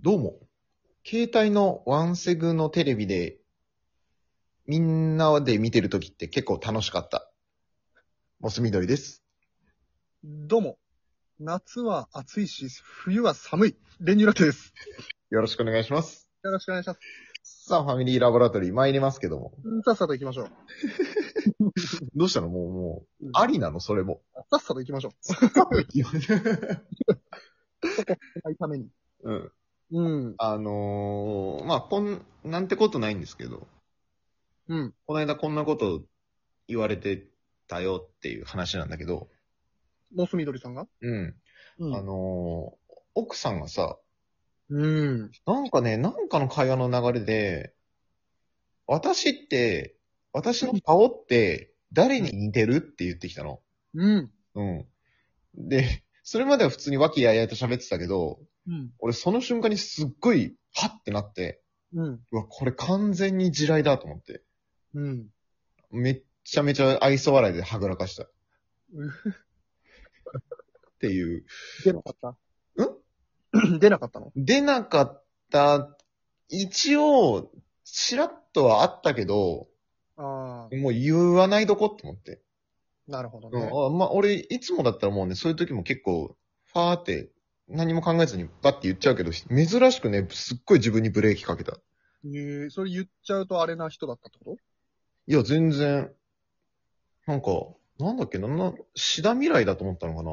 どうも。携帯のワンセグのテレビで、みんなで見てるときって結構楽しかった。モス緑です。どうも。夏は暑いし、冬は寒い。練乳ラテです。よろしくお願いします。よろしくお願いします。さあ、ファミリーラボラトリー参りますけども。さっさと行きましょう。どうしたのもう、もう、ありなのそれも。さっさと行きましょう。ないために。うん。うん。あのー、まあ、こん、なんてことないんですけど、うん。この間こんなこと言われてたよっていう話なんだけど、モス緑さんがうん。うあのー、奥さんがさ、うん。なんかね、なんかの会話の流れで、私って、私の顔って誰に似てるって言ってきたの。うん。うん。で、それまでは普通に和気あいあいと喋ってたけど、うん。俺その瞬間にすっごい、はってなって、うん。うわ、これ完全に地雷だと思って。うん。めっちゃめちゃ愛想笑いではぐらかした。っうんていう。出なかったんん 出なかったの出なかった、一応、ちらっとはあったけど、あもう言わないどこって思って。あ、なるほどうん、ね。あまあ、俺、いつもだったらもうね、そういう時も結構、ファーって、何も考えずにバッて言っちゃうけど、珍しくね、すっごい自分にブレーキかけた。えーそれ言っちゃうとあれな人だったってこいや、全然、なんか、なんだっけな、な、シダ未来だと思ったのかな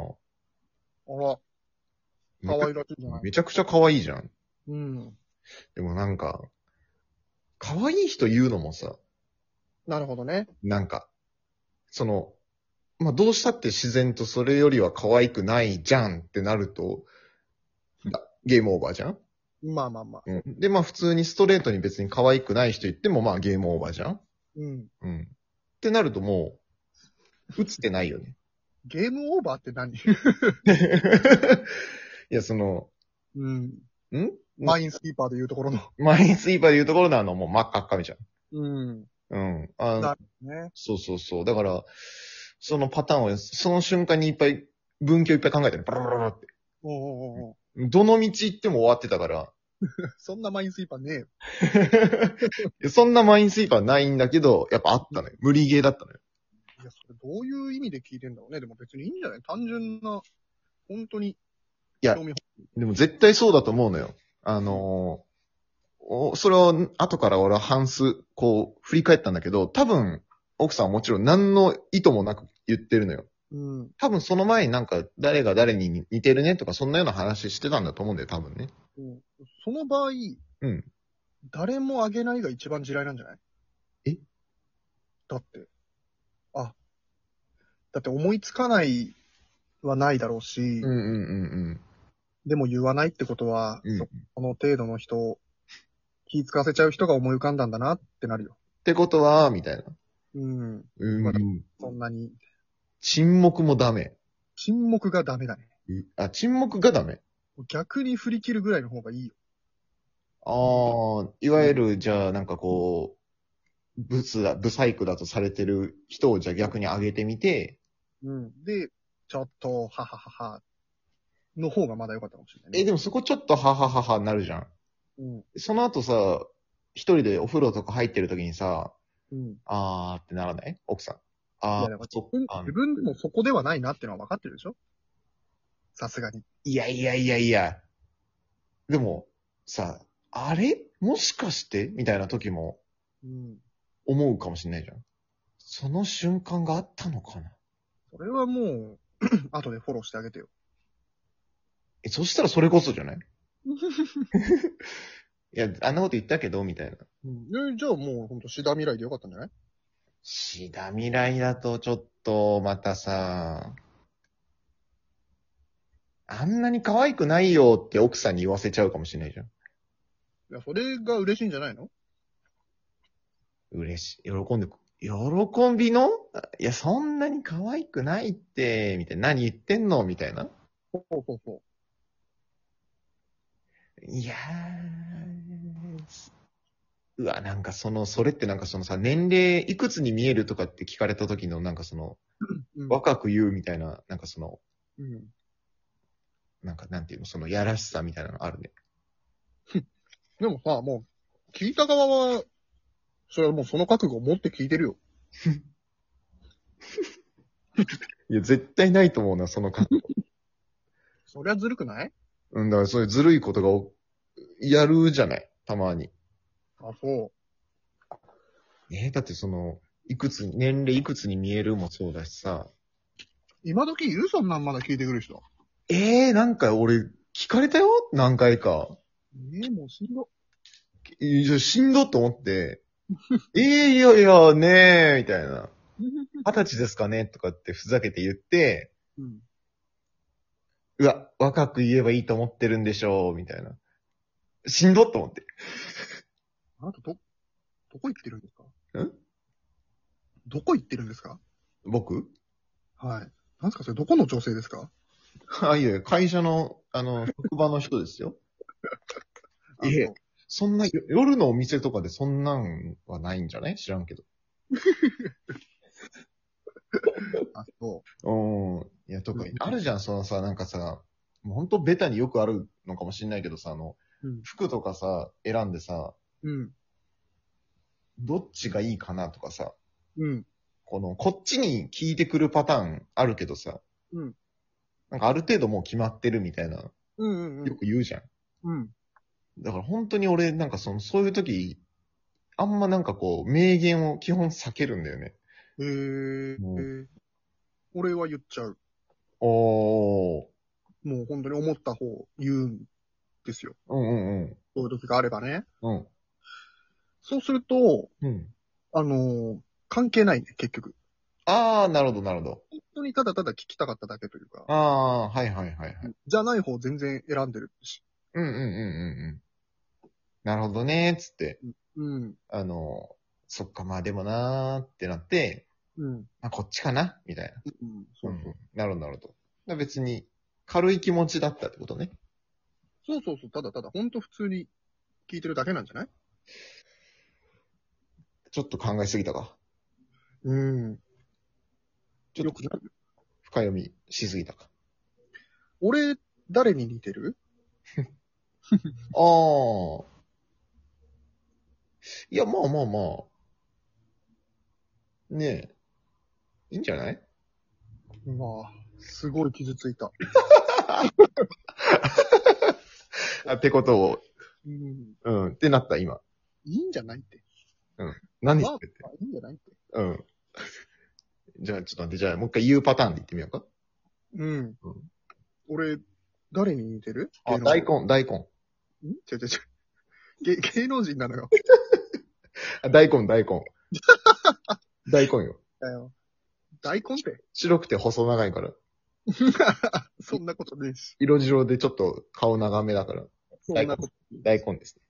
とあら、可愛らしいじゃない。めちゃくちゃ可愛いじゃん。うん。でもなんか、可愛い人言うのもさ、なるほどね。なんか、その、まあ、どうしたって自然とそれよりは可愛くないじゃんってなると、だゲームオーバーじゃんまあまあまあ。で、まあ普通にストレートに別に可愛くない人言ってもまあゲームオーバーじゃんうん。うん。ってなるともう、映ってないよね。 ゲームオーバーって何いや、その、 うん。んマインスキーパーで言うところの。マインスイーパーで言うところのあの、もう真っ赤っかみじゃん。うん。うん。あだね。そうそうそう。だから、そのパターンを、その瞬間にいっぱい、文教いっぱい考えてる。バラバラバラって。おうおうおうどの道行っても終わってたから。 そんなマインスイーパーねえよ。いやそんなマインスイーパーないんだけど、やっぱあったのよ。無理ゲーだったのよ。いや、それどういう意味で聞いてんだろうね。でも別にいいんじゃない単純な、本当に。いや興味でも絶対そうだと思うのよ。あのーおそれを後から俺は半数、こう、振り返ったんだけど、多分、奥さんはもちろん何の意図もなく言ってるのよ。うん。多分その前になんか誰が誰に似てるねとかそんなような話してたんだと思うんだよ、多分ね。うんその場合、うん。誰もあげないが一番地雷なんじゃないえだって。あ。だって思いつかないはないだろうし、うんうんうんでも言わないってことは、うん。うん。そっこの程度の人を気使わせちゃう人が思い浮かんだんだなってなるよ。てことは、みたいな。うん。うん、まだそんなに。沈黙もダメ。沈黙がダメだね。うあ、沈黙がダメ。逆に振り切るぐらいの方がいいよ。ああ、いわゆる、じゃあ、なんかこう、ブスだ、ブサイクだとされてる人をじゃあ逆に上げてみて、うん。で、ちょっと、はははは、の方がまだ良かったかもしれない、ね。え、でもそこちょっとははははになるじゃん。うん。その後さ、一人でお風呂とか入ってる時にさ、うん。あーってならない奥さん。あいやだーから、そっうんか自。分でもそこではないなってのは分かってるでしょさすがに。いやいやいやいや。でも、さ、あれもしかしてみたいな時もうん。思うかもしれないじゃん。その瞬間があったのかなそれはもう、 後でフォローしてあげてよ。え、そしたらそれこそじゃないいや、あんなこと言ったけど、みたいな。うん。えじゃあもう、ほんと、シダ未来でよかったんじゃないシダ未来だとちょっと、またさ、あんなに可愛くないよって奥さんに言わせちゃうかもしれないじゃん。いや、それが嬉しいんじゃないの嬉しい。喜んでく、喜びのいや、そんなに可愛くないって、みたいな。何言ってんのみたいな。そうそうそいやー。うわ、なんかその、それってなんかそのさ、年齢いくつに見えるとかって聞かれた時のなんかその、う。うん。若く言うみたいな、なんかその、うん。なんかなんていうの、そのやらしさみたいなのあるね。でもさ、もう、聞いた側は、それはもうその覚悟を持って聞いてるよ。いや、絶対ないと思うな、その感覚。そりゃずるくない うん、だからそういうずるいことがお、やるじゃない、たまに。あ、そえーだってその、いくつに、年齢いくつに見えるもそうだしさ。う。今時いるそんなんまだ聞いてくる人。えー、なんか俺、聞かれたよ何回か。ええもうしんど。いや、しんどっと思って。えー、いやいや、ねえ、みたいな。二十歳ですかねとかってふざけて言って、うん。うわ、若く言えばいいと思ってるんでしょう、みたいな。しんどっと思って。あなたど、どこ行ってるんですかんどこ行ってるんですか僕はい。なんすかそれどこの女性ですかあ、いやいや、会社の、あの、職場の人ですよ。あのいえそんな、よ夜のお店とかでそんなんはないんじゃない知らんけど。あ、そううん。いや、とかうん、あるじゃん、そのさ、なんかさ、もうほんとベタによくあるのかもしんないけどさ、あの、うん服とかさ、選んでさ、。うん。どっちがいいかなとかさ、うん。この、こっちに聞いてくるパターンあるけどさ、うん。なんかある程度もう決まってるみたいな、ようん。うん。く言うじゃん。うん。だから本当に俺、なんかその、そういう時、あんまなんかこう、名言を基本避けるんだよね。えもうー、俺は言っちゃう。おー。もう本当に思った方言うんですよ。うんうんうん。そういう時があればね。うん。そうすると、うん。あのー関係ないね、結局。あー、なるほどなるほど。本当にただただ聞きたかっただけというか、あー、はいはいはいはい。じゃない方全然選んでるし。うんうんうんうんうん。なるほどね、つって。うん。あの、そっか、まあでもなーってなって、うん。まあこっちかな、みたいうん。そな。ううんそう。。なるほどなるほど。だから別に、軽い気持ちだったってことね。そうそうそう。ただただ、本当普通に聞いてるだけなんじゃないちょっと考えすぎたか。うん。ちょっとよく深読みしすぎたか。俺、誰に似てるあー。いや、まあまあまあ。ねえ。いいんじゃないうわすごい傷ついた。あってことを、うん。うん、ってなった、今。いいんじゃないって。何言ってて。あいいんじゃないって。うん。じゃあ、ちょっと待って、じゃあ、もう一回言うパターンで言ってみようか。うん。うん俺、誰に似てるあ、芸能大人根、大根。ん違う違う違う。芸芸能人なのよ。あ、大根、大 根。大根よ。だよ。大根って。白くて細長いから。そんなことねえし。色白でちょっと顔長めだから。そ大ん根なこと。大根ですね。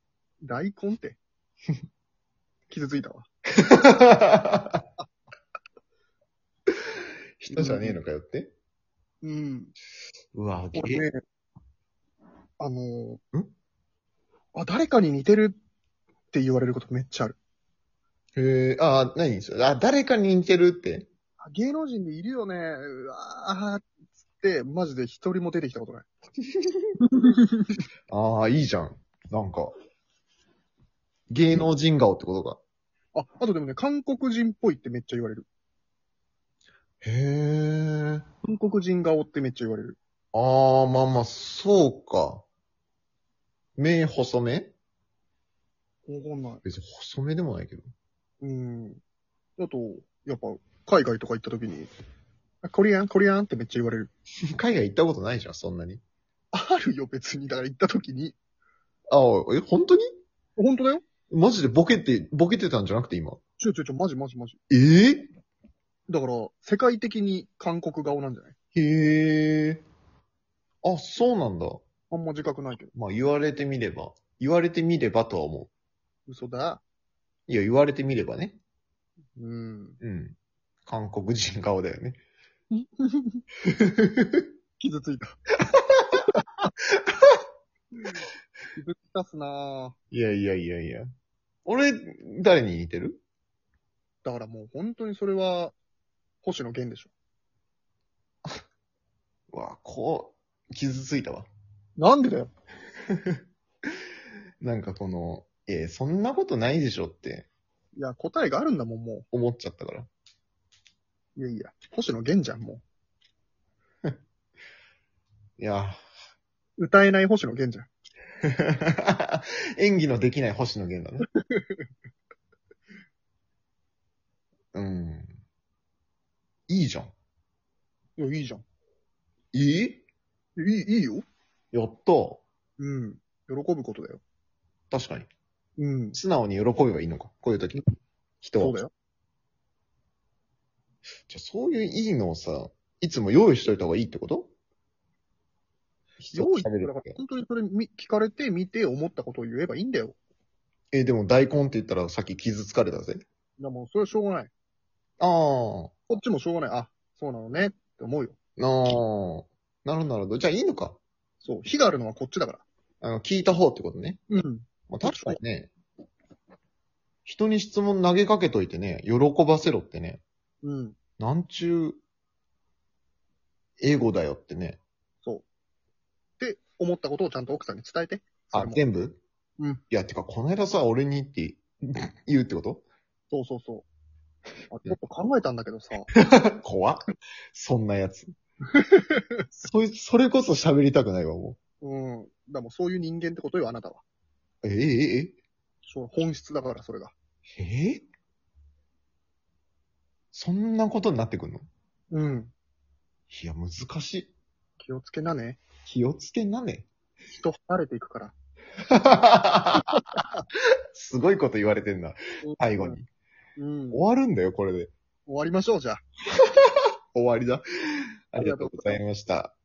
大根 って。傷ついたわ。 人じゃねえのかよって。うん。うわ、俺ね、あのーんあ、誰かに似てるって言われることめっちゃある。へえ、あ、何それあ、誰かに似てるって。あ芸能人でいるよね、うわーっつって、マジで一人も出てきたことない。ああ、いいじゃん。なんか。芸能人顔ってことか。あ、あとでもね、韓国人っぽいってめっちゃ言われる。へえ。韓国人顔ってめっちゃ言われる。ああ、まあまあ、そうか。目細めわかんない。別に細めでもないけど。 うん。あと、やっぱ、海外とか行った時に、あコリアン、コリアンってめっちゃ言われる。海外行ったことないじゃん、そんなに。あるよ、別に。だから行った時に。ああ、え、本当に本当だよ。マジでボケて、ボケてたんじゃなくて今。ちょいちょいちょい、マジマジマジ。ええだから、世界的に韓国顔なんじゃないへえ。あ、そうなんだ。あんま自覚ないけど。まあ言われてみれば。言われてみればとは思嘘だ。う。いや、言われてみればね。うん。うん。韓国人顔だよね。傷ついた。傷ついたっすなぁ。いやいやいやいや。俺、誰に似てるだからもう本当にそれは、星野源でしょ。うわ、こう、傷ついたわ。なんでだよ。なんかこの、えそんなことないでしょっていや、答えがあるんだもん、も思っちゃったから。う。いやいや、星野源じゃん、もいや う。歌えない星野源じゃん。ー演技のできない星野源だね。うん。いいじゃん。いや、いいじゃん。いいいい、いいよ。やった。うん。喜ぶことだよ。確かに。うん。素直に喜べばいいのか。こういう時。人は。そうだよ。じゃあそういういいのをさ、いつも用意しといた方がいいってこと用食意だかべるらって本当にそれみ聞かれて、見て、思ったことを言えばいいんだよ。え、でも大根って言ったらさっき傷つかれたぜ。いや、もうそれはしょうがない。ああ、こっちもしょうがない。あ、そうなのねって思うよ。なあー、なるほど、なるほど。じゃあいいのか。そう。火があるのはこっちだから。あの、聞いた方ってことね。うん。まあ、確かにね。人に質問投げかけといてね、喜ばせろってね、うん。なんちゅう、英語だよってね。って思ったことをちゃんと奥さんに伝えて。そあれ、も全部うんいや、てか、この間さ、俺にって 言うってこと そうそうそう。あ、ちょっと考えたんだ けどさ。怖っそんなやつ。そいそれこそ喋りたくないわ、もうん。だもうそういう人間ってことよ、あなたは。う。ええそう本質だから、それが。ええええそんなことになってくんのうん。いや、難しい。気をつけなね。気をつけなね。 人離れていくから。すごいこと言われてんな、最後に。うん。終終わるんだよ、これで。わりましょう、じゃあ。終わりだ。ありがとうございました。